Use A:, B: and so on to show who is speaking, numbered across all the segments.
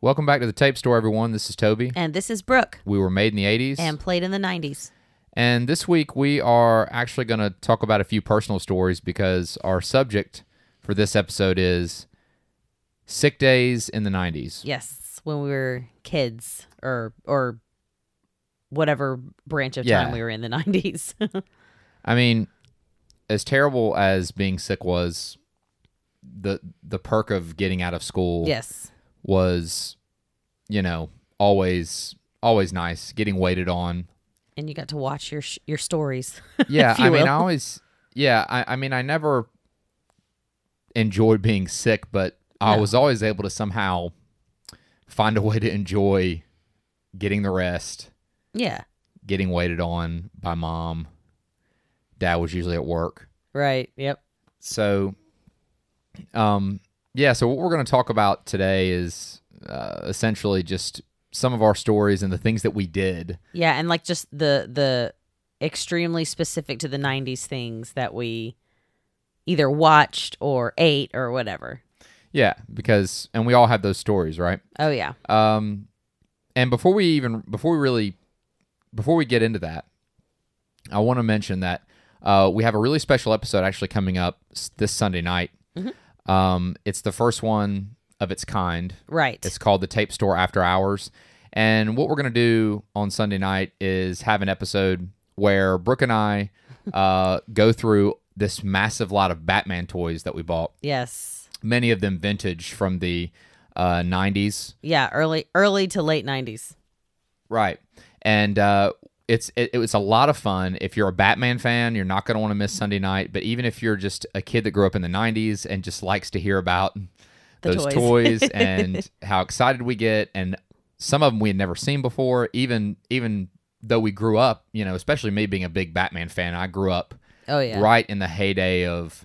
A: Welcome back to the Tape Store, everyone. This is Toby.
B: And this is Brooke
A: We were made in the 80s.
B: and played in the 90s.
A: And this week we are actually going to talk about a few personal stories because our subject for this episode is sick days in the 90s.
B: Yes, when we were kids or or whatever branch of
A: Yeah.
B: time we were in the 90s.
A: I mean, as terrible as being sick was, the the perk of getting out of school
B: yes.
A: was, you know, always always nice getting waited on.
B: And you got to watch your sh- your stories.
A: Yeah,
B: If you
A: I mean,
B: will.
A: I always yeah, I, I mean, I never enjoyed being sick, but I
B: No.
A: was always able to somehow find a way to enjoy getting the rest,
B: yeah.
A: getting waited on by mom. Dad was usually at work.
B: Right. Yep.
A: So, um, yeah. So what we're going to talk about today is uh, essentially just some of our stories and the things that we did.
B: Yeah, and like just the the extremely specific to the 90s things that we either watched or ate or whatever.
A: Yeah, because and we all have those stories, right?
B: Oh yeah.
A: Um, and before we even before we really before we get into that, I want to mention that uh, we have a really special episode actually coming up s- this Sunday night. Um, it's the first one of its kind.
B: Right.
A: It's called the Tape Store After Hours. And what we're going to do on Sunday night is have an episode where Brooke and I uh, go through this massive lot of Batman toys that we bought,
B: yes.
A: many of them vintage from the uh, 90s.
B: Yeah, early early to late 90s.
A: Right. And uh, it's it, it was a lot of fun. If you're a Batman fan, you're not going to want to miss Sunday night. But even if you're just a kid that grew up in the 90s and just likes to hear about
B: The
A: those
B: toys.
A: toys and how excited we get, and some of them we had never seen before, even even though we grew up, you know, especially me being a big Batman fan, I grew up
B: Oh yeah.
A: right in the heyday of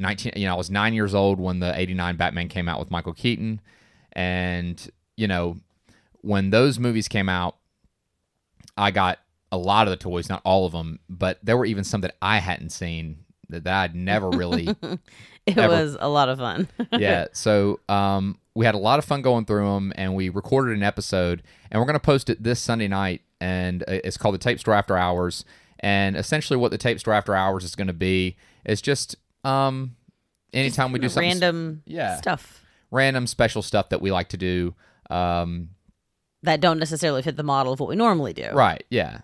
A: 19 you know i was nine years old when the 89 batman came out with michael keaton and you know when those movies came out i got a lot of the toys not all of them but there were even some that i hadn't seen that, that i'd never really
B: It
A: ever-
B: was a lot of fun.
A: yeah so um, we had a lot of fun going through them and we recorded an episode and we're going to post it this sunday night and uh, it's called the tape store after hours and essentially what the tape store after hours is going to be is just um, anytime we do something s-
B: random
A: Yeah.
B: stuff
A: random special stuff that we like to do um,
B: that don't necessarily fit the model of what we normally do.
A: right yeah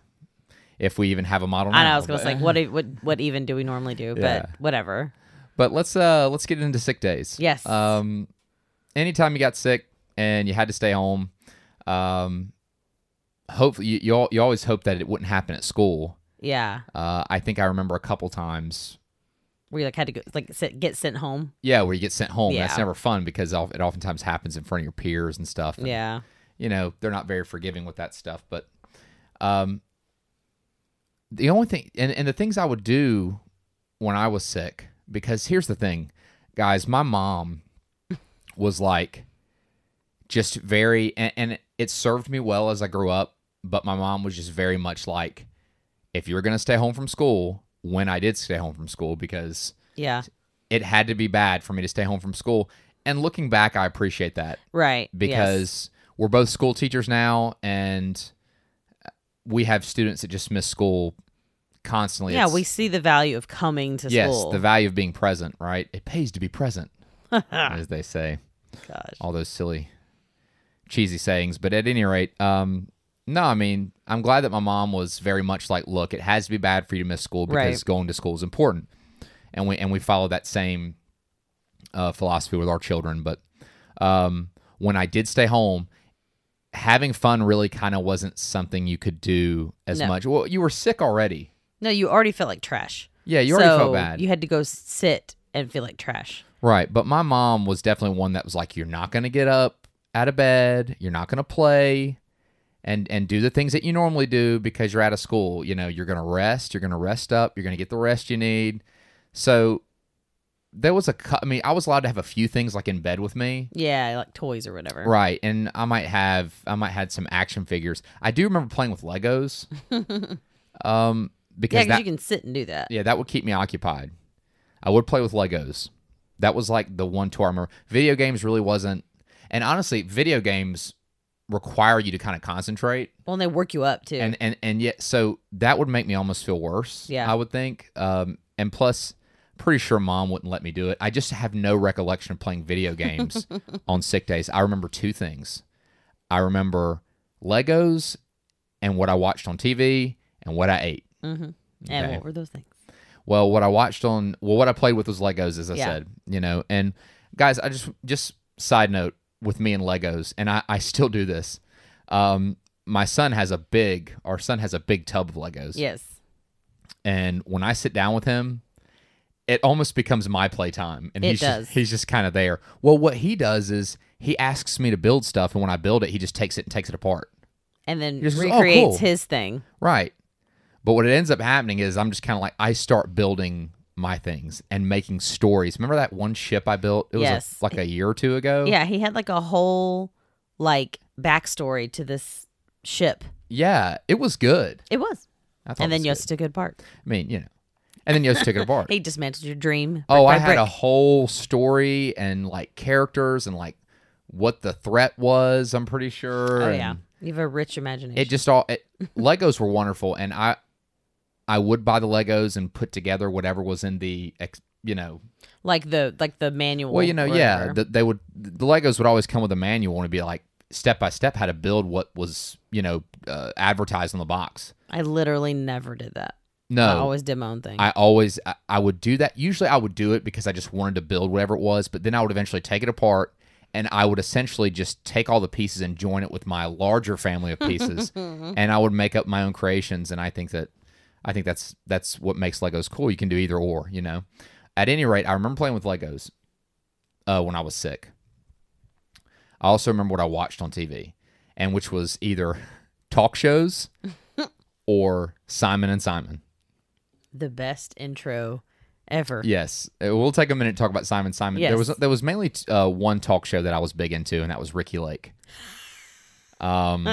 A: if we even have a model
B: Oh. I know.
A: now,
B: I was gonna
A: but-
B: say, what, e- what, what even do we normally do?
A: Yeah.
B: But whatever.
A: But let's uh let's get into sick days.
B: Yes.
A: Um anytime you got sick and you had to stay home, um hopefully you you, al- you always hope that it wouldn't happen at school.
B: Yeah,
A: Uh I think I remember a couple times
B: we like had to go, like sit, get sent home.
A: yeah, where you get sent home. That's
B: Yeah.
A: never fun because al- it oftentimes happens in front of your peers and stuff. And,
B: Yeah,
A: You know, they're not very forgiving with that stuff, but um the only thing and, and the things I would do when I was sick, because here's the thing, guys, my mom was like just very and, and it served me well as I grew up, but my mom was just very much like if you were gonna stay home from school, when I did stay home from school, because
B: yeah,
A: it had to be bad for me to stay home from school. And looking back, I appreciate that
B: right. yes.
A: because we're both school teachers now and we have students that just miss school constantly.
B: yeah,
A: It's-
B: we see the value of coming to
A: yes,
B: school.
A: the value of being present, right? It pays to be present, as they say.
B: Gosh.
A: All those silly, cheesy sayings. But at any rate, um, no, I mean, I'm glad that my mom was very much like, look, it has to be bad for you to miss school because
B: Right.
A: going to school is important, and we and we follow that same uh, philosophy with our children. But um, when I did stay home. Having fun really kind of wasn't something you could do as
B: No.
A: much. Well, you were sick already.
B: No, you already felt like trash.
A: Yeah, you already felt
B: So
A: bad.
B: You had to go sit and feel like trash.
A: Right. But my mom was definitely one that was like, you're not going to get up out of bed. You're not going to play and, and do the things that you normally do because you're out of school. You know, you're going to rest. You're going to rest up. You're going to get the rest you need. So there was a, cou- I mean, I was allowed to have a few things like in bed with me.
B: Yeah, like toys or whatever.
A: Right. And I might have, I might had some action figures. I do remember playing with Legos. um,
B: Yeah,
A: because
B: because
A: that,
B: you can sit and do that.
A: yeah, that would keep me occupied. I would play with Legos. That was like the one tour I remember. Video games really wasn't. And honestly, video games require you to kind of concentrate.
B: Well, and they work you up too.
A: and and and yet so that would make me almost feel worse
B: Yeah.
A: i would think um and plus pretty sure mom wouldn't let me do it i just have no recollection of playing video games on sick days i remember two things i remember legos and what i watched on tv and what i ate
B: hmm And
A: Okay.
B: what were those things?
A: well what i watched on well what i played with was legos as i
B: Yeah.
A: said you know and guys i just just side note with me and legos and i i still do this um my son has a big our son has a big tub of legos
B: Yes.
A: and when I sit down with him, it almost becomes my playtime, and
B: It
A: he's
B: does.
A: Just, he's just kind of there. Well, what he does is he asks me to build stuff, and when I build it, he just takes it and takes it apart.
B: And then
A: You're just, "Oh,
B: recreates
A: cool."
B: his thing.
A: Right. But what it ends up happening is I'm just kind of like I start building my things and making stories. Remember that one ship I built? It was a-
B: Yes.
A: like a year or two ago.
B: Yeah, he had like a whole like backstory to this ship.
A: Yeah, it was good.
B: It was.
A: I thought it
B: And then
A: was
B: Yost took good part.
A: good. I mean, you know. And then Yost took it apart.
B: He dismantled your dream.
A: Oh,
B: brick by
A: I had
B: brick.
A: a whole story and like characters and like what the threat was. I'm pretty sure.
B: Oh yeah,
A: and
B: you have a rich imagination.
A: it just all it, Legos were wonderful, and I I would buy the Legos and put together whatever was in the ex- you know
B: like the like the manual.
A: well you know
B: or
A: yeah
B: whatever.
A: the, they would the Legos would always come with a manual and it'd be like step by step how to build what was you know uh, advertised on the box.
B: I literally never did that.
A: No,
B: I always did my own thing.
A: I always I, I would do that. Usually I would do it because I just wanted to build whatever it was, but then I would eventually take it apart and I would essentially just take all the pieces and join it with my larger family of pieces
B: Mm-hmm.
A: and I would make up my own creations and I think that I think that's that's what makes Legos cool. You can do either or, you know. At any rate, I remember playing with Legos uh, when I was sick. I also remember what I watched on TV, and which was either talk shows or Simon and Simon.
B: the best intro ever.
A: Yes, Uh, we'll take a minute to talk about Simon Simon. There
B: Yes.
A: was there was mainly t- uh, one talk show that I was big into, and that was Ricky Lake. Um,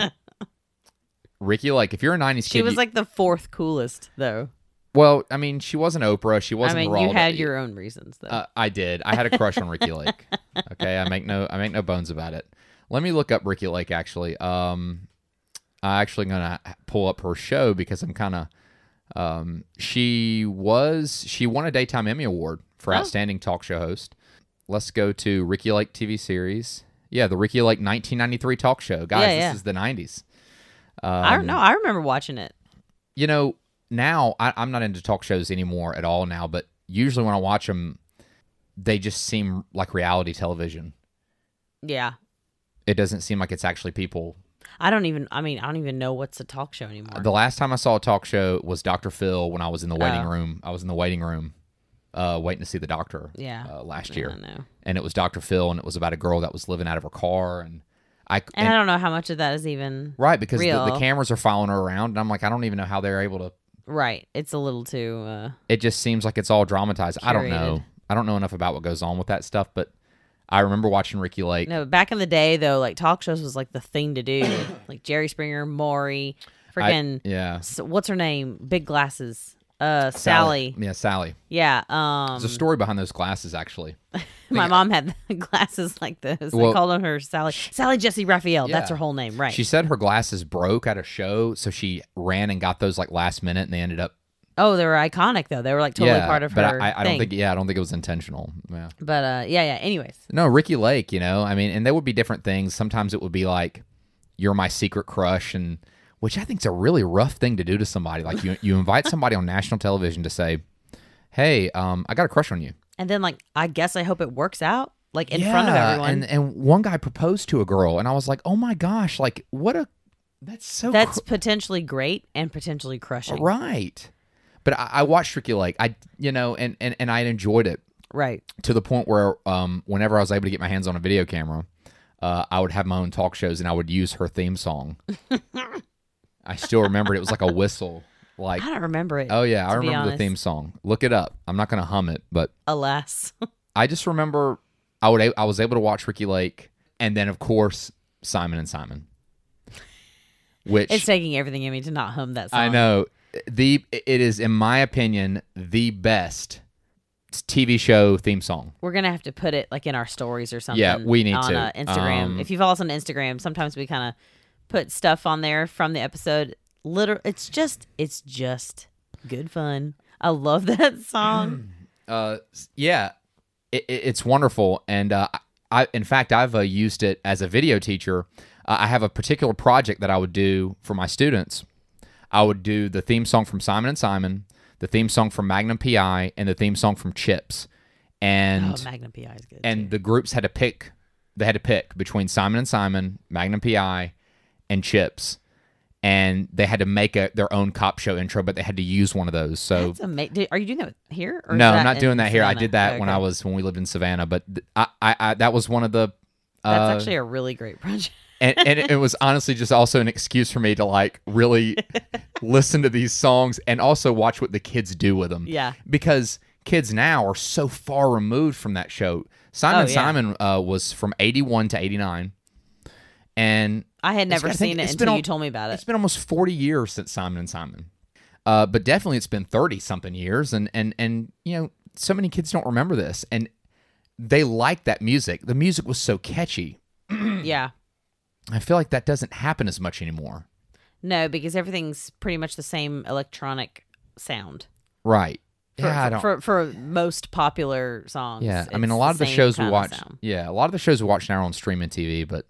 A: Ricky Lake. If you're a '90s
B: She
A: kid,
B: was
A: you-
B: like the fourth coolest though.
A: well, I mean, she wasn't Oprah. She
B: I
A: wasn't.
B: mean, you
A: Geraldo.
B: had your own reasons though.
A: Uh, I did. I had a crush on Ricky Lake. Okay, I make no I make no bones about it. Let me look up Ricky Lake. Actually, um, I'm actually gonna pull up her show because I'm kind of. Um, she was she won a daytime Emmy award for
B: Oh.
A: outstanding talk show host. Let's go to Ricky Lake TV series. Yeah, the Ricky Lake 1993 talk show. Guys,
B: Yeah,
A: this
B: yeah.
A: is the 90s.
B: I
A: um,
B: don't know. I remember watching it.
A: You know, now I, I'm not into talk shows anymore at all now, but usually when I watch them, they just seem like reality television.
B: Yeah,
A: it doesn't seem like it's actually people.
B: I don't even. I mean, I don't even know what's a talk show anymore.
A: The last time I saw a talk show was Dr. Phil when I was in the waiting
B: Oh.
A: room. I was in the waiting room uh, waiting to see the doctor
B: Yeah.
A: uh, last
B: I
A: year.
B: don't know.
A: And it was Dr. Phil, and it was about a girl that was living out of her car. And I,
B: And,
A: and-
B: I don't know how much of that is even
A: right, because the, the
B: Real.
A: cameras are following her around. And I'm like, I don't even know how they're able to.
B: right. It's a little too. Uh,
A: It just seems like it's all dramatized. I don't know.
B: Curated.
A: I don't know enough about what goes on with that stuff, but I remember watching Ricky Lake.
B: no, but back in the day though, like talk shows was like the thing to do. like Jerry Springer, Maury,
A: I-
B: freaking
A: yeah.
B: s- what's her name? Big glasses. Uh, Sally.
A: Yeah, Sally.
B: Yeah. Um,
A: There's a story behind those glasses, actually.
B: my mom had glasses like this.
A: uh, Well-
B: they called on her Sally. Sally Jesse Raphael. That's
A: Yeah.
B: her whole name, right?
A: She said her glasses broke at a show, so she ran and got those like last minute, and they ended up
B: oh, they were iconic though. They were like totally
A: yeah,
B: part of
A: but
B: her.
A: I, I
B: thing.
A: don't think, yeah, I don't think it was intentional. Yeah,
B: But uh, yeah, yeah. Anyways,
A: no, Ricky Lake, you know, I mean, and there would be different things. Sometimes it would be like, "You're my secret crush," and which I think is a really rough thing to do to somebody. Like you, you invite somebody on national television to say, "Hey, um, I got a crush on you."
B: and then like I guess I hope it works out like in front of
A: Yeah,
B: everyone.
A: and and one guy proposed to a girl, and I was like, "Oh my gosh, like what a." That's so
B: That's potentially great and potentially crushing. Right.
A: Right. But I, I watched Ricky Lake. I you know, and, and and I enjoyed it to the point where um whenever I was able to get my hands on a video camera, uh, I would have my own talk shows and I would use her theme song. I still remember it. It was like a whistle. Like
B: I don't remember it.
A: oh yeah, I
B: to be
A: remember the
B: honest.
A: theme song. Look it up. I'm not gonna hum it, but
B: Alas.
A: I just remember I would I was able to watch Ricky Lake and then of course Simon and Simon. Which
B: it's taking everything in me to not hum that song.
A: I know the it is, in my opinion, the best TV show theme song.
B: We're gonna have to put it like in our stories or something.
A: Yeah, we need
B: on,
A: to.
B: Uh, Instagram.
A: Um,
B: if you follow us on Instagram, sometimes we kind of put stuff on there from the episode. Literal, it's just, it's just good fun. I love that song.
A: Uh, s- yeah, it, it, it's wonderful, and uh, I, in fact, I've uh, used it as a video teacher. Uh, I have a particular project that I would do for my students. I would do the theme song from Simon and Simon, the theme song from Magnum PI, and the theme song from Chips, and
B: oh, Magnum PI is good.
A: and the groups had to pick. They had to pick between Simon and Simon, Magnum PI, and Chips, and they had to make a, their own cop show intro, but they had to use one of those. So
B: That's ama- Did- Are you doing that here? Or is
A: no,
B: that
A: I'm not
B: in
A: doing that here. I
B: Savannah?
A: did that
B: Oh,
A: when
B: okay.
A: I was when we lived in Savannah, but th- I, I, I that was one of the.
B: That's
A: Uh,
B: actually a really great project.
A: and, and it was honestly just also an excuse for me to like really listen to these songs and also watch what the kids do with them.
B: Yeah.
A: Because kids now are so far removed from that show. Simon
B: Oh,
A: and
B: yeah.
A: Simon uh, was from 81 to 89. And
B: I had never
A: I think
B: seen it
A: it's been
B: until
A: on-
B: you told me about
A: it's
B: it.
A: been almost 40 years since Simon and Simon. Uh, but definitely it's been 30 something years and and and you know so many kids don't remember this and they like that music. The music was so catchy.
B: yeah.
A: I feel like that doesn't happen as much anymore.
B: No, because everything's pretty much the same electronic sound.
A: Right.
B: For,
A: yeah, I
B: for,
A: don't
B: for for most popular songs.
A: Yeah, I
B: it's
A: mean a lot of the
B: same
A: shows we
B: kinda
A: watch.
B: sound.
A: Yeah, a lot of the shows we watch now are on streaming TV, but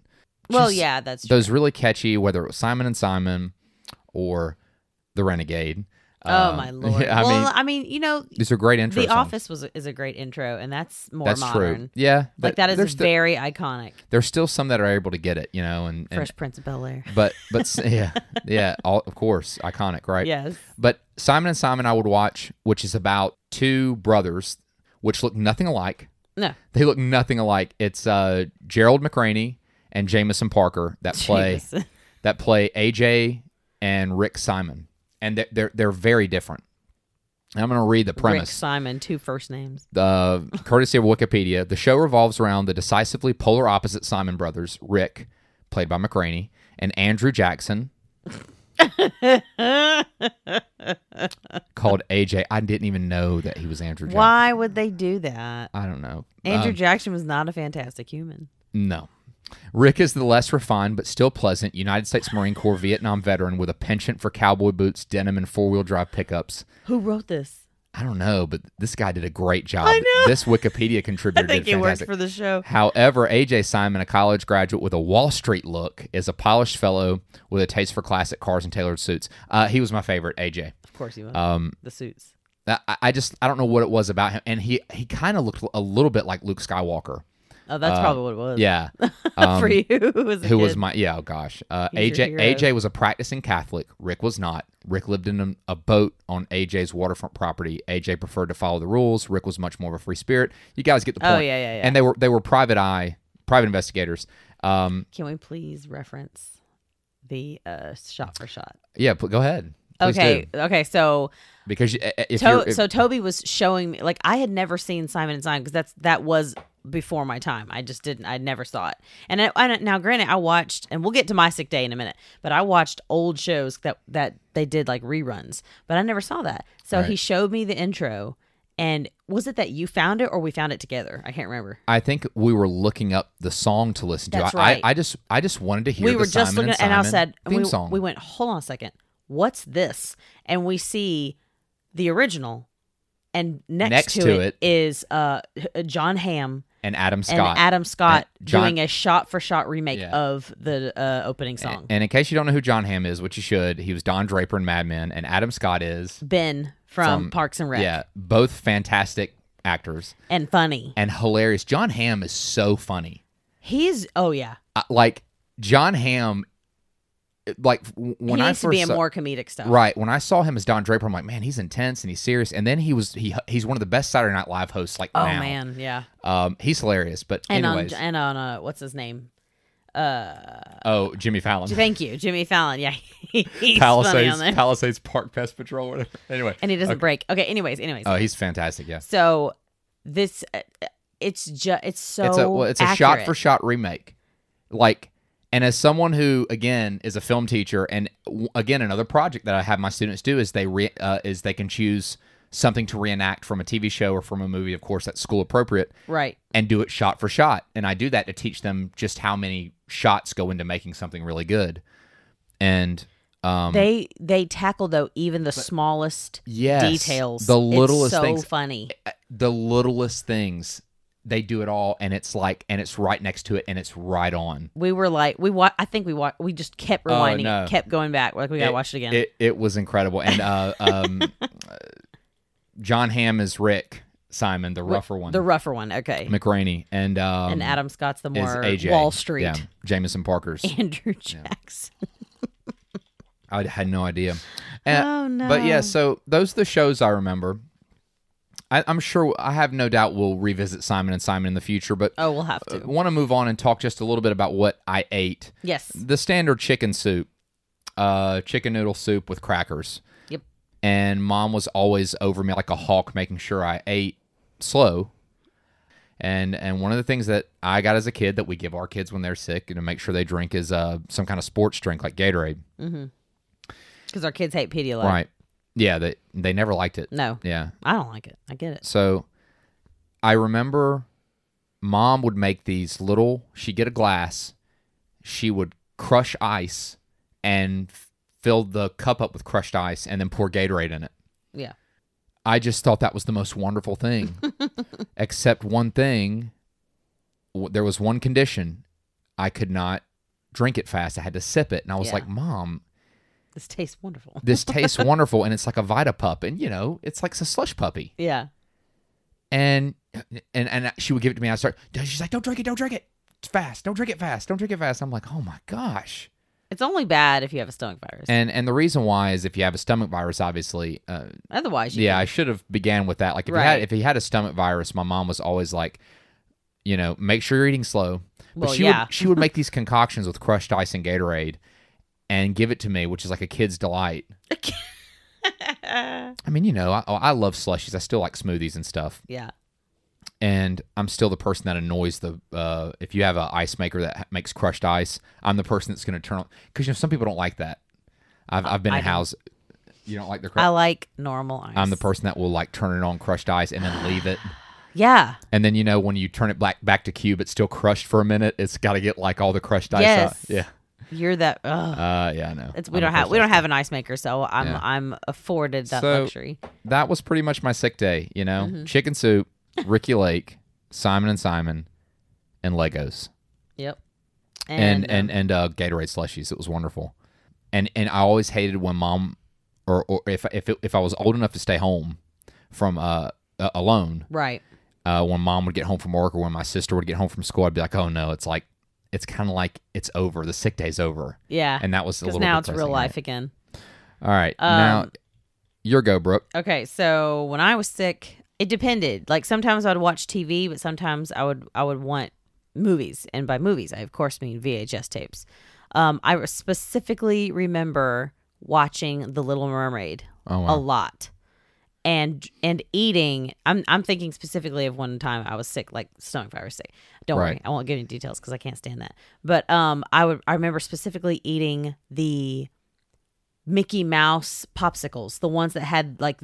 B: Well,
A: just
B: yeah, that's true.
A: those really catchy, whether it was Simon and Simon or The Renegade.
B: oh
A: um,
B: my lord.
A: yeah, I
B: well,
A: mean,
B: I mean, you know,
A: these are great intro
B: The
A: songs.
B: Office was is a great intro, and that's more
A: That's
B: modern.
A: true. Yeah,
B: Like
A: but
B: that is
A: there's sti-
B: very iconic.
A: there's still some that are able to get it, you know, and, and
B: Fresh Prince of Bel Air.
A: but but s- yeah, yeah, all, of course, iconic, right?
B: Yes.
A: But Simon and Simon, I would watch, which is about two brothers which look nothing alike.
B: No.
A: They look nothing alike. It's uh, Gerald McRaney and Jamison Parker that play
B: Jesus.
A: that play AJ and Rick Simon, and they're they're, they're very different. And I'm going to read the
B: Rick
A: premise.
B: Simon, two first names.
A: Uh, courtesy of Wikipedia, the show revolves around the decisively polar opposite Simon brothers, Rick, played by McRaney, and Andrew Jackson, called AJ. I didn't even know that he was Andrew Jackson.
B: Why would they do that?
A: I don't know.
B: Andrew Jackson was not a fantastic human.
A: No. Rick is the less refined but still pleasant United States Marine Corps Vietnam veteran with a penchant for cowboy boots, denim, and four wheel drive pickups.
B: Who wrote this?
A: I don't know, but this guy did a great job.
B: I know.
A: This Wikipedia contributor
B: I think
A: did
B: it works
A: fantastic.
B: for the show.
A: However, AJ Simon, a college graduate with a Wall Street look, is a polished fellow with a taste for classic cars and tailored suits. Uh, he was my favorite, AJ.
B: Of course he was.
A: Um,
B: the suits.
A: I, I just I don't know what it was about him, and he he kind of looked a little bit like Luke Skywalker.
B: Oh, that's probably what it
A: Uh,
B: was.
A: Yeah, um,
B: for you. as a
A: who was
B: kid.
A: my yeah oh gosh uh,
B: He's your
A: aj
B: hero.
A: aj was a practicing catholic rick was not rick lived in a, a boat on aj's waterfront property aj preferred to follow the rules rick was much more of a free spirit you guys get the
B: Oh,
A: point
B: yeah, yeah, yeah.
A: and they were they were private eye private investigators um
B: Can we please reference the uh, shot for shot?
A: yeah pl- go ahead Please
B: okay.
A: do.
B: Okay. So,
A: because you- i- i- if
B: to-
A: you're if-
B: so Toby was showing me like I had never seen Simon and Simon because that's that was before my time. I just didn't. I never saw it. And I, I, now, granted, I watched, and we'll get to my sick day in a minute. But I watched old shows that that they did like reruns, but I never saw that. So he
A: Right.
B: showed me the intro, and was it that you found it or we found it together? I can't remember.
A: I think we were looking up the song to listen to.
B: That's
A: I,
B: right.
A: I, I just I just wanted to hear
B: we
A: the
B: were
A: Simon
B: just looking
A: and,
B: at, and I
A: Simon
B: said, and
A: theme
B: we,
A: song.
B: we went, hold on a second, what's this? And we see the original, and next,
A: Next
B: to,
A: to
B: it is uh, H- uh, John Hamm
A: and Adam Scott.
B: and Adam Scott
A: And John-
B: doing a shot for shot remake
A: Yeah.
B: of the uh, opening song.
A: and in case you don't know who John Hamm is, which you should, he was Don Draper in Mad Men, and Adam Scott is
B: ben from
A: from-
B: Parks and Rec
A: Yeah, both fantastic actors
B: and funny.
A: and hilarious. John Hamm is so funny.
B: He's oh yeah,
A: I, like John Hamm, like w- when
B: he
A: I
B: needs
A: first
B: to be in
A: saw,
B: more comedic stuff.
A: right when I saw him as Don Draper, I'm like, man, he's intense and he's serious. And then he was he he's one of the best Saturday Night Live hosts. Like
B: Oh
A: now.
B: man, yeah.
A: um, he's hilarious. But
B: And um,
A: anyways,
B: on and on uh, what's his name?
A: oh Jimmy Fallon,
B: Thank you, Jimmy Fallon. Yeah, he's funny on
A: Palisades
B: there.
A: Palisades Park Pest Patrol, whatever. Anyway,
B: and he doesn't break. Okay, anyways, anyways.
A: oh, he's fantastic. Yeah,
B: So this, uh, it's just it's so
A: it's a well, it's a shot for shot remake like and as someone who again is a film teacher and w- again another project that i have my students do is they re, uh, is they can choose something to reenact from a TV show or from a movie, of course, that's school appropriate,
B: Right.
A: and do it shot for shot. And I do that to teach them just how many shots go into making something really good. And um,
B: They they tackle though even the smallest
A: yes,
B: details.
A: the
B: It's
A: littlest
B: so
A: things,
B: funny.
A: the littlest things, they do it all, and it's like, and it's right next to it, and it's right on.
B: We were like we wa- I think we wa- we just kept rewinding,
A: Oh, no.
B: it, kept going back. We're Like we gotta
A: It-
B: watch it again.
A: It it was incredible. And uh, um, uh, John Hamm is Rick Simon, the rougher one,
B: the rougher one. Okay.
A: McRaney, and um,
B: and Adam Scott's the
A: is
B: more
A: AJ
B: Wall Street.
A: Yeah, Jameson Parker's.
B: Andrew Jackson.
A: I had no idea. And-
B: Oh no.
A: But yeah, so those are the shows I remember. I, I'm sure I have no doubt we'll revisit Simon and Simon in the future, but
B: Oh, we'll have
A: I
B: to.
A: want to move on and talk just a little bit about what I ate.
B: Yes.
A: The standard chicken soup, uh, chicken noodle soup with crackers.
B: Yep.
A: and mom was always over me like a hawk making sure i ate slow and and one of the things that i got as a kid that we give our kids when they're sick and to make sure they drink is uh, some kind of sports drink like gatorade
B: Because our kids hate Pedialyte.
A: right yeah they they never liked it
B: No,
A: yeah
B: I don't like it. I get it.
A: so i remember mom would make these little she'd get a glass she would crush ice and f- fill the cup up with crushed ice and then pour gatorade in it
B: Yeah.
A: I just thought that was the most wonderful thing. Except one thing, w- there was one condition. I could not drink it fast. I had to sip it. And I was
B: Yeah.
A: like, Mom,
B: This tastes wonderful.
A: this tastes wonderful. And it's like a Vita Pup. And, you know, it's like a slush puppy.
B: Yeah.
A: And, and, and she would give it to me. And I start, she's like, don't drink it. Don't drink it. It's fast. Don't drink it fast. Don't drink it fast. I'm like, oh my gosh.
B: It's only bad if you have a stomach virus.
A: And, and the reason why is if you have a stomach virus, obviously, uh,
B: Otherwise, you
A: Yeah, I should have began with that. Like if he had
B: Right.
A: if he had a stomach virus, my mom was always like, you know, make sure you're eating slow. But
B: Well,
A: she
B: yeah.
A: would she would make these concoctions with crushed ice and Gatorade and give it to me, which is like a kid's delight. I mean, you know, I, I love slushies. I still like smoothies and stuff,
B: yeah.
A: and I'm still the person that annoys the. Uh, if you have an ice maker that ha- makes crushed ice, I'm the person that's going to turn on because you know some people don't like that. I've I've been
B: I
A: in
B: don't.
A: house. You don't like the. Cru-
B: I like normal ice.
A: I'm the person that will like turn it on crushed ice and then leave it.
B: Yeah.
A: And then you know when you turn it back back to cube, it's still crushed for a minute. It's got to get like all the crushed ice out.
B: Yes.
A: Yeah.
B: You're that. Ugh.
A: Uh, yeah, I know.
B: It's we
A: I'm a
B: don't have
A: person
B: we
A: like
B: don't have an ice maker, so I'm
A: Yeah.
B: I'm afforded that
A: So-
B: luxury.
A: that. That was pretty much my sick day. You know,
B: Mm-hmm.
A: chicken soup, Ricky Lake, Simon and Simon, and Legos,
B: Yep.
A: and
B: um,
A: and and, uh, Gatorade slushies. It was wonderful. And and I always hated when mom, or or if if it, if I was old enough to stay home from uh uh, alone,
B: right.
A: uh, when mom would get home from work or when my sister would get home from school, I'd be like, oh no, it's like, it's kind of like it's over. The sick day's over.
B: Yeah.
A: And that was a
B: Because
A: little
B: now it's
A: depressing,
B: real
A: right?
B: life again.
A: All right. now,
B: Um,
A: your go, Brooke.
B: Okay, so when I was sick, it depended. Like sometimes I'd watch TV, but sometimes I would I would want movies, and by movies I of course mean VHS tapes. Um, I specifically remember watching The Little Mermaid
A: Oh,
B: a
A: wow.
B: lot, and and eating. I'm I'm thinking specifically of one time I was sick, like stomach virus sick. Don't
A: Right.
B: worry, I won't give any details because I can't stand that. But um, I would I remember specifically eating the Mickey Mouse popsicles, the ones that had like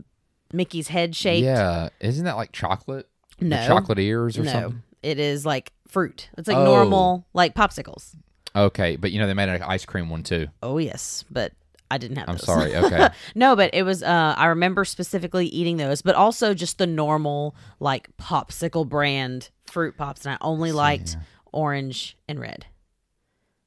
B: Mickey's head shaped.
A: Yeah. Isn't that like chocolate? The
B: No.
A: chocolate ears or
B: no,
A: something?
B: it is like fruit. It's like
A: Oh.
B: normal like popsicles.
A: Okay. But you know, they made an ice cream one too.
B: Oh yes, but I didn't have.
A: I'm
B: those.
A: sorry. Okay.
B: no, but it was. Uh, I remember specifically eating those, but also just the normal like popsicle brand fruit pops, and I only liked orange and red.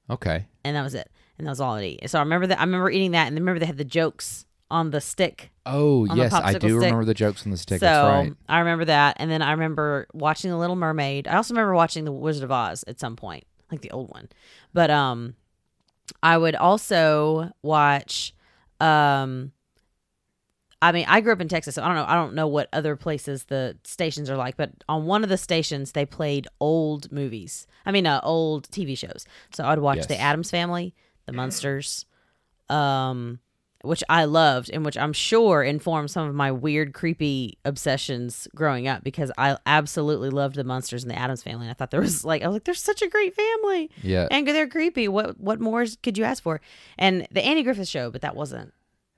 A: okay.
B: and that was it. And that was all I eat. So I remember that. I remember eating that, and remember they had the jokes on the stick.
A: Oh,
B: On the
A: yes. I
B: popsicle
A: do
B: stick.
A: remember the jokes on the stick.
B: so
A: That's right.
B: I remember that, and then I remember watching The Little Mermaid. I also remember watching The Wizard of Oz at some point, like the old one. But um, I would also watch. Um, I mean, I grew up in Texas, so I don't know. I don't know what other places the stations are like, but on one of the stations, they played old movies. I mean, uh, old TV shows. So I'd watch
A: Yes.
B: The Adams Family, The Munsters, um, which I loved, and which I'm sure informed some of my weird, creepy obsessions growing up because I absolutely loved The Munsters and The Adams Family. And I thought there was like, I was like, they're such a great family
A: Yeah.
B: and they're creepy. What what more is- could you ask for? And the Andy Griffith Show, but that wasn't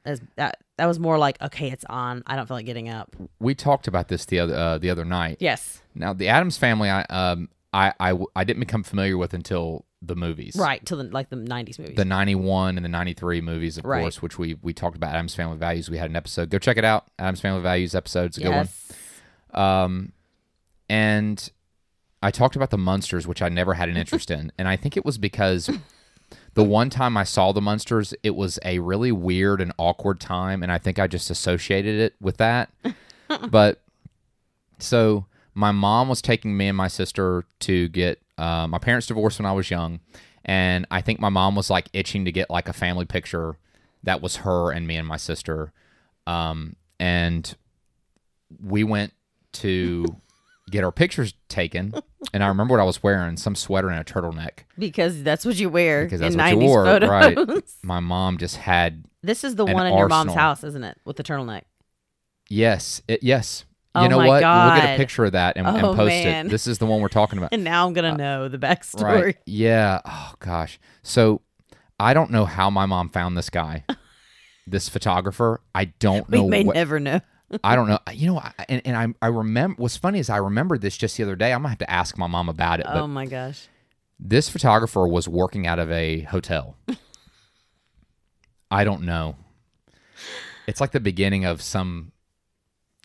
B: as that that was more like okay, it's on. I don't feel like getting up.
A: We talked about this the other uh, the other night.
B: Yes,
A: Now the Adams Family, I um I, I w- I didn't become familiar with until the movies,
B: right till the like the '90s movies.
A: The '91 and the '93 movies, of
B: Right.
A: course, which we we talked about Adams Family Values. We had an episode. Go check it out. Adams Family Values episode's a good one.
B: yes,
A: Um, and I talked about the Munsters, which I never had an interest in, and I think it was because the one time I saw the Munsters, it was a really weird and awkward time, and I think I just associated it with that. but so my mom was taking me and my sister to get uh, my parents divorced when I was young, and I think my mom was like itching to get like a family picture that was her and me and my sister, um, and we went to get our pictures taken, and I remember what I was wearing: some sweater and a turtleneck
B: because that's what you wear
A: because that's
B: in
A: what you
B: 90s
A: wore,
B: photos.
A: right? My mom just had
B: This is the
A: An
B: one in your mom's
A: arsenal.
B: house, isn't it, with the turtleneck?
A: yes, it, yes. You
B: Oh
A: know
B: my
A: what? We'll get a
B: God.
A: picture of that and, and
B: Oh,
A: post
B: man.
A: it. This is the one we're talking about.
B: And now I'm gonna know the backstory.
A: Uh, Right. Yeah. Oh gosh. So I don't know how my mom found this guy, this photographer. I don't
B: We
A: know.
B: may
A: what-
B: never know.
A: I don't know. You know. I, and and I I remember. What's funny is I remembered this just the other day. I'm gonna have to ask my mom about it. But
B: oh my gosh.
A: this photographer was working out of a hotel. I don't know. It's like the beginning of some.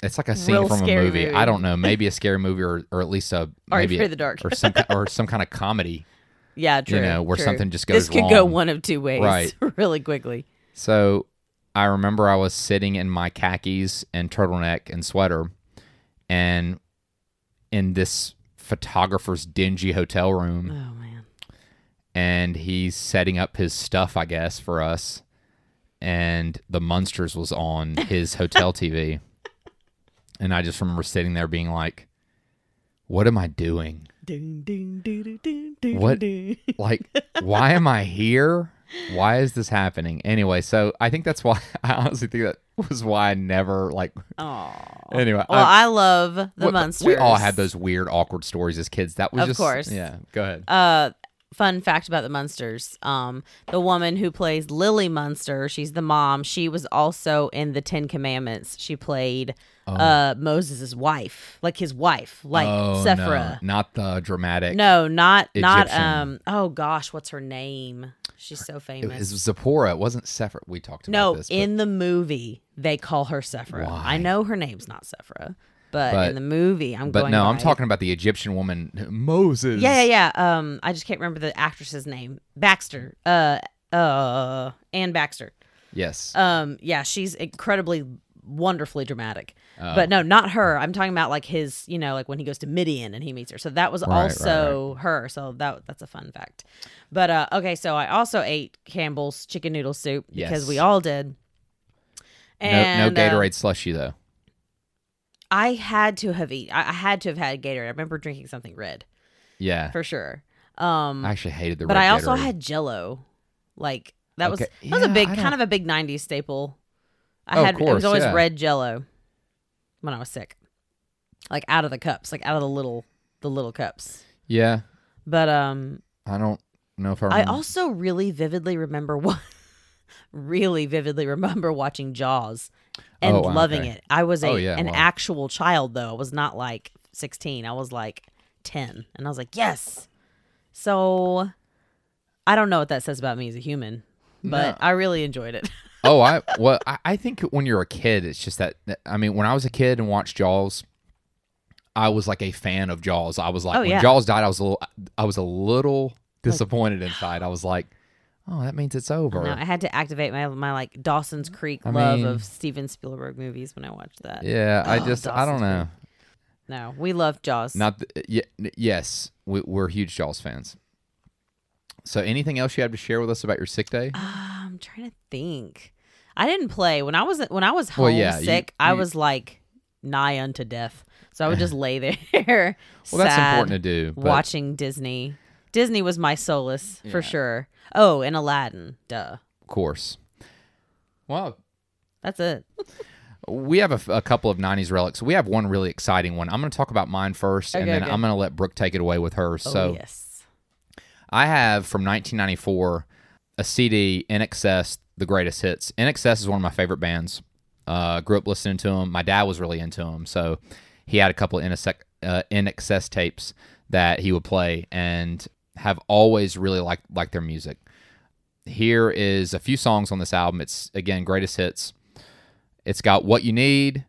A: It's like a scene
B: Real
A: from a
B: scary
A: movie.
B: movie.
A: I don't know. Maybe a scary movie, or, or at least a
B: Or
A: maybe
B: Fear the Dark.
A: or some ki- or some kind of comedy.
B: Yeah, true.
A: know, where
B: true.
A: something just goes
B: This could go
A: wrong.
B: one of two ways,
A: Right.
B: really quickly.
A: So I remember I was sitting in my khakis and turtleneck and sweater and in this photographer's dingy hotel
B: Oh
A: room
B: man.
A: and he's setting up his stuff, I guess, for us. And the Munsters was on his hotel TV. And I just remember sitting there being like, what am I doing?
B: Dun, dun, dun, dun, dun, dun,
A: What?
B: dun.
A: like why am i here why is this happening anyway so i think that's why i honestly think that was why i never like
B: Aw.
A: anyway
B: Well,
A: I,
B: I, love the
A: Uh, we-
B: Munsters.
A: we all had those weird awkward stories as kids that was
B: Of
A: just
B: course.
A: yeah go ahead
B: Uh, fun fact about the Munsters: um, the woman who plays Lily Munster, she's the mom. She was also in the Ten Commandments. She played uh, Moses' wife, like his wife, like
A: oh,
B: Sephora.
A: no, not the dramatic
B: No, not not
A: Egyptian.
B: um. Oh gosh, what's her name? She's so
A: it
B: famous.
A: was Zipporah. It wasn't Sephora. We talked about
B: No,
A: this. but-
B: in the movie they call her Sephora.
A: Why?
B: I know her name's not Sephora, but,
A: But-
B: in the movie I'm
A: but
B: going.
A: no, I'm
B: by-
A: talking about the Egyptian woman Moses.
B: Yeah, yeah, yeah. Um, I just can't remember the actress's name. Baxter. Uh, uh, Ann Baxter.
A: Yes.
B: Um, yeah, she's incredibly, wonderfully dramatic.
A: Oh.
B: But no, not her. I'm talking about like his. You know, like when he goes to Midian and he meets her. So that was
A: right, right.
B: also her. So that that's a fun fact. But uh, okay, so I also ate Campbell's chicken noodle soup because
A: Yes.
B: we all did.
A: no, no
B: And, uh,
A: Gatorade slushy though.
B: I had to have eat. I I had to have had Gatorade. I remember drinking something red
A: Yeah.
B: for sure. Um,
A: I actually hated the.
B: but
A: red
B: I also
A: Gatorade.
B: had Jello. Like that was that
A: Okay.
B: was a
A: Yeah,
B: big
A: I
B: kind
A: don't-
B: of a big '90s staple. I
A: Oh,
B: had it
A: course,
B: was always
A: yeah.
B: red Jello when I was sick, like out of the cups, like out of the little the little cups.
A: Yeah,
B: But um,
A: I don't know if I.
B: I
A: Remember.
B: also really vividly remember what really vividly remember watching Jaws and
A: Oh, wow,
B: loving
A: okay.
B: it. I was a
A: Oh, yeah,
B: an
A: wow.
B: actual child though. I was not like 16. I was like 10 and I was like, "Yes." So I don't know what that says about me as a human, but I really enjoyed it.
A: oh, I well, I, I think when you're a kid, it's just that, that- I mean, when I was a kid and watched Jaws, I was like a fan of Jaws. I was like,
B: Oh,
A: when
B: yeah.
A: Jaws died, I was a little, I was a little disappointed inside. I was like, oh, that means it's over.
B: No, I had to activate my my like Dawson's Creek
A: I
B: love
A: mean-
B: of Steven Spielberg movies when I watched that.
A: yeah, I
B: Oh,
A: just, I don't
B: Dawson's
A: know.
B: No, we love Jaws.
A: Not, th- y- n- yes, we, we're huge Jaws fans. So, anything else you have to share with us about your sick day?
B: Uh, I'm trying to think. I didn't play when I was when I was
A: Well,
B: homesick.
A: yeah, you-
B: I
A: you-
B: was like nigh unto death, so I would just lay there.
A: Well, that's
B: sad,
A: important to do. But
B: watching Disney. Disney was my solace
A: Yeah.
B: for sure. Oh, and Aladdin. Duh,
A: of course. Well,
B: that's it.
A: We have a f- a, couple of 90s relics. We have one really exciting one. I'm going to talk about mine first, and
B: Okay,
A: then
B: okay.
A: I'm going to let Brooke take it away with hers. so
B: oh, yes,
A: I have from 1994 a CD in excess the greatest hits. NXS is one of my favorite bands. Uh, grew up listening to them. My dad was really into them, so he had a couple of NSX, uh, NXS tapes that he would play, and have always really liked like their music. Here is a few songs on this album. It's again greatest hits. It's got what you need.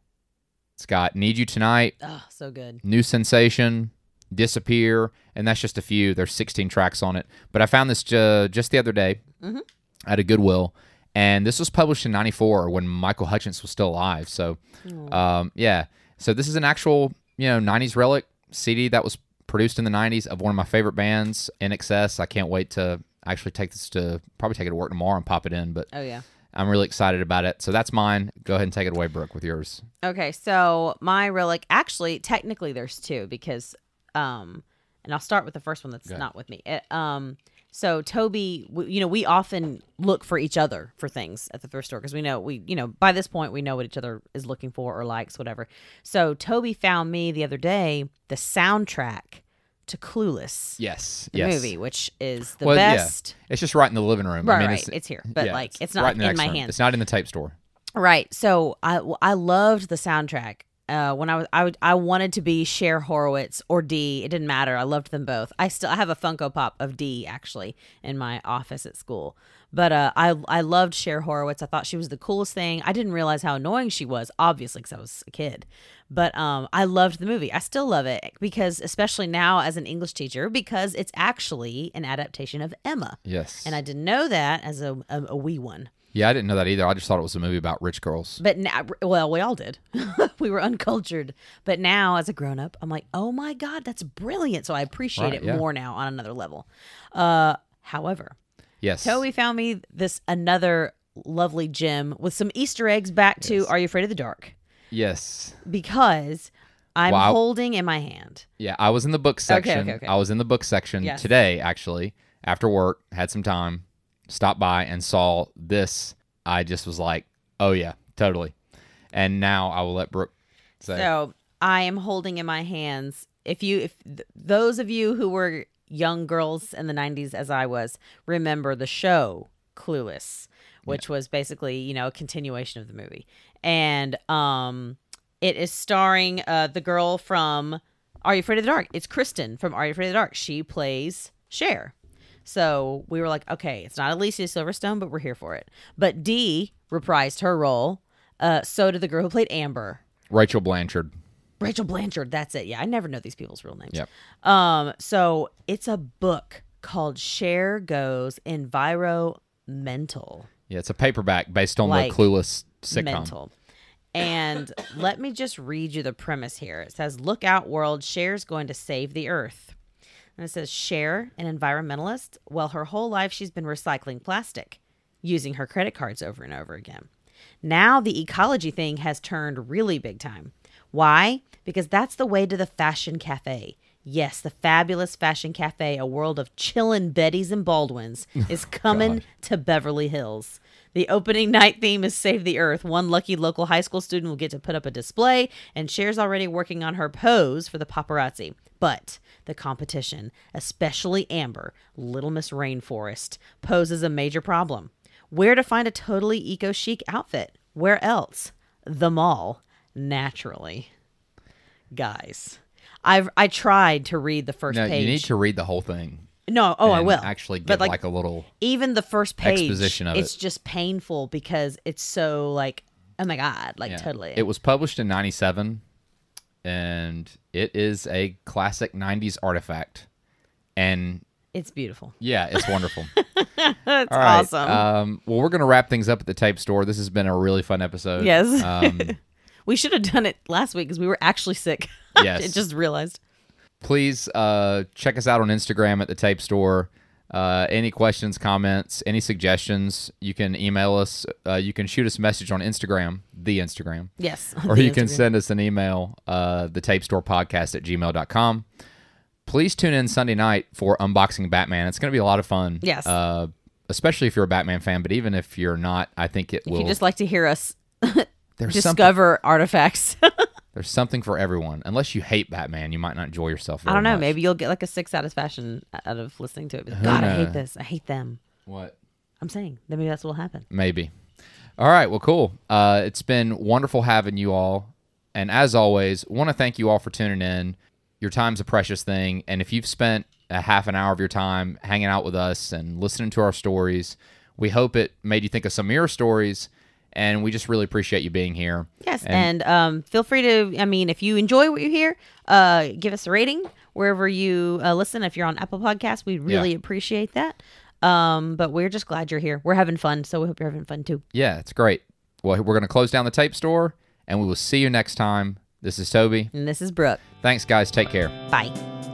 A: It's got need you tonight.
B: Oh, so good.
A: New Sensation, Disappear, and that's just a few. There's 16 tracks on it. But I found this ju- just the other day
B: Mhm.
A: at a Goodwill, and this was published in '94 when Michael Hutchins was still alive. So, um, yeah. So this is an actual, you know, '90s relic CD that was produced in the '90s of one of my favorite bands, NXS. I can't wait to actually take this to probably take it to work tomorrow and pop it in. But
B: Oh yeah.
A: I'm really excited about it. So that's mine. Go ahead and take it away, Brooke, with yours.
B: Okay, so my relic actually technically there's two because um and I'll start with the first one that's
A: Go ahead.
B: not with me. It, um so Toby, w you know, we often look for each other for things at the thrift store because we know we, you know, by this point we know what each other is looking for or likes whatever. So Toby found me the other day the soundtrack to Clueless,
A: Yes.
B: the
A: yes.
B: movie, which is the
A: Well, yeah.
B: best.
A: It's just right in the living room.
B: Right,
A: I mean,
B: right.
A: It's,
B: It's, here, but
A: yeah,
B: like it's, not
A: right
B: in,
A: the next
B: my
A: room.
B: hands.
A: It's not in the tape store.
B: Right. So I I loved the soundtrack. Uh, when I was I would, I wanted to be Cher Horowitz or D. It didn't matter. I loved them both. I still I have a Funko Pop of D actually in my office at school. But uh, I I loved Cher Horowitz. I thought she was the coolest thing. I didn't realize how annoying she was, obviously, because I was a kid. But um, I loved the movie. I still love it because, especially now as an English teacher, because it's actually an adaptation of Emma,
A: Yes.
B: and I didn't know that as a a, a wee one.
A: yeah, I didn't know that either. I just thought it was a movie about rich girls.
B: But now, well, we all did. we were uncultured. But now, as a grown up, I'm like, oh my God, that's brilliant. So I appreciate
A: Right,
B: it
A: yeah.
B: more now on another level. Uh, however,
A: Yes.
B: Toby found me this another lovely gem with some Easter eggs back to Are You Afraid of the Dark?
A: Yes.
B: Because I'm
A: Wow.
B: holding in my hand.
A: Yeah, I was in the book section.
B: okay, okay.
A: I was in the book section
B: Yes.
A: today, actually, after work, had some time, stopped by and saw this. I just was like, oh, yeah, totally. And now I will let Brooke say.
B: So I am holding in my hands. If you, if th- those of you who were young girls in the 90s, as I was, remember the show Clueless, which was basically, you know, a continuation of the movie. And um, it is starring uh, the girl from Are You Afraid of the Dark? It's Kristen from Are You Afraid of the Dark. She plays Cher. So we were like, okay, it's not Alicia Silverstone, but we're here for it. But Dee reprised her role. Uh, so did the girl who played Amber.
A: Rachel Blanchard.
B: Rachel Blanchard. That's it. Yeah, I never know these people's real names.
A: Yep.
B: Um. So it's a book called Share Goes Environmental.
A: Yeah, it's a paperback based on
B: Like,
A: the Clueless sitcom.
B: Mental. And let me just read you the premise here. It says, Look out, world. Cher's going to save the earth. And it says, Cher, an environmentalist, well, her whole life she's been recycling plastic, using her credit cards over and over again. Now the ecology thing has turned really big time. Why? Because that's the way to the fashion cafe. Yes, the fabulous fashion cafe, a world of chillin' Bettys and Baldwins, is coming to Beverly Hills. The opening night theme is Save the Earth. One lucky local high school student will get to put up a display, and Cher's already working on her pose for the paparazzi. But the competition, especially Amber, Little Miss Rainforest, poses a major problem. Where to find a totally eco chic outfit? Where else? The mall, naturally. Guys, I've I tried to read the first
A: No,
B: page.
A: you need to read the whole thing.
B: no, oh, I
A: and
B: will
A: Actually, give
B: But, like,
A: like a little.
B: even the first page
A: Exposition of
B: it's just painful because it's so like oh my god like
A: Yeah.
B: totally
A: It was published in 97 and it is a classic 90s artifact. And
B: it's beautiful
A: yeah, it's wonderful.
B: that's
A: All right,
B: awesome
A: Um, well, we're going to wrap things up at the tape store. This has been a really fun episode.
B: Yes.
A: Um,
B: we should have done it last week because we were actually sick
A: Yes.
B: it just realized
A: please uh, check us out on Instagram at the Tape Store. Uh, any questions, comments, any suggestions, you can email us. Uh, you can shoot us a message on Instagram, the Instagram,
B: yes
A: or
B: The
A: you can
B: Instagram.
A: send us an email, uh, the tape store podcast at gmail.com. Please tune in Sunday night for Unboxing Batman. It's going to be a lot of fun.
B: Yes.
A: Uh, especially if you're a Batman fan, but even if you're not, I think it
B: if
A: will.
B: you just like to hear us
A: there's something-
B: discover artifacts
A: There's something for everyone. Unless you hate Batman, you might not enjoy yourself.
B: i don't
A: very
B: know
A: much.
B: maybe you'll get like a six out of fashion out of listening to it But god i hate
A: knows?
B: this i hate them
A: What?
B: i I'm saying that maybe that's what will happen.
A: Maybe. All right. Well, cool. Uh, it's been wonderful having you all. And as always, want to thank you all for tuning in. Your time's a precious thing. And if you've spent a half an hour of your time hanging out with us and listening to our stories, we hope it made you think of some of your stories. And we just really appreciate you being here.
B: Yes, and, um, feel free to. I mean, if you enjoy what you hear, uh, give us a rating wherever you uh, listen. If you're on Apple Podcasts, we really
A: Yeah.
B: appreciate that. Um, but we're just glad you're here. We're having fun, so we hope you're having fun too.
A: Yeah, it's great. Well, we're going to close down the tape store and we will see you next time. This is Toby.
B: And this is Brooke.
A: Thanks, guys. Take care.
B: Bye.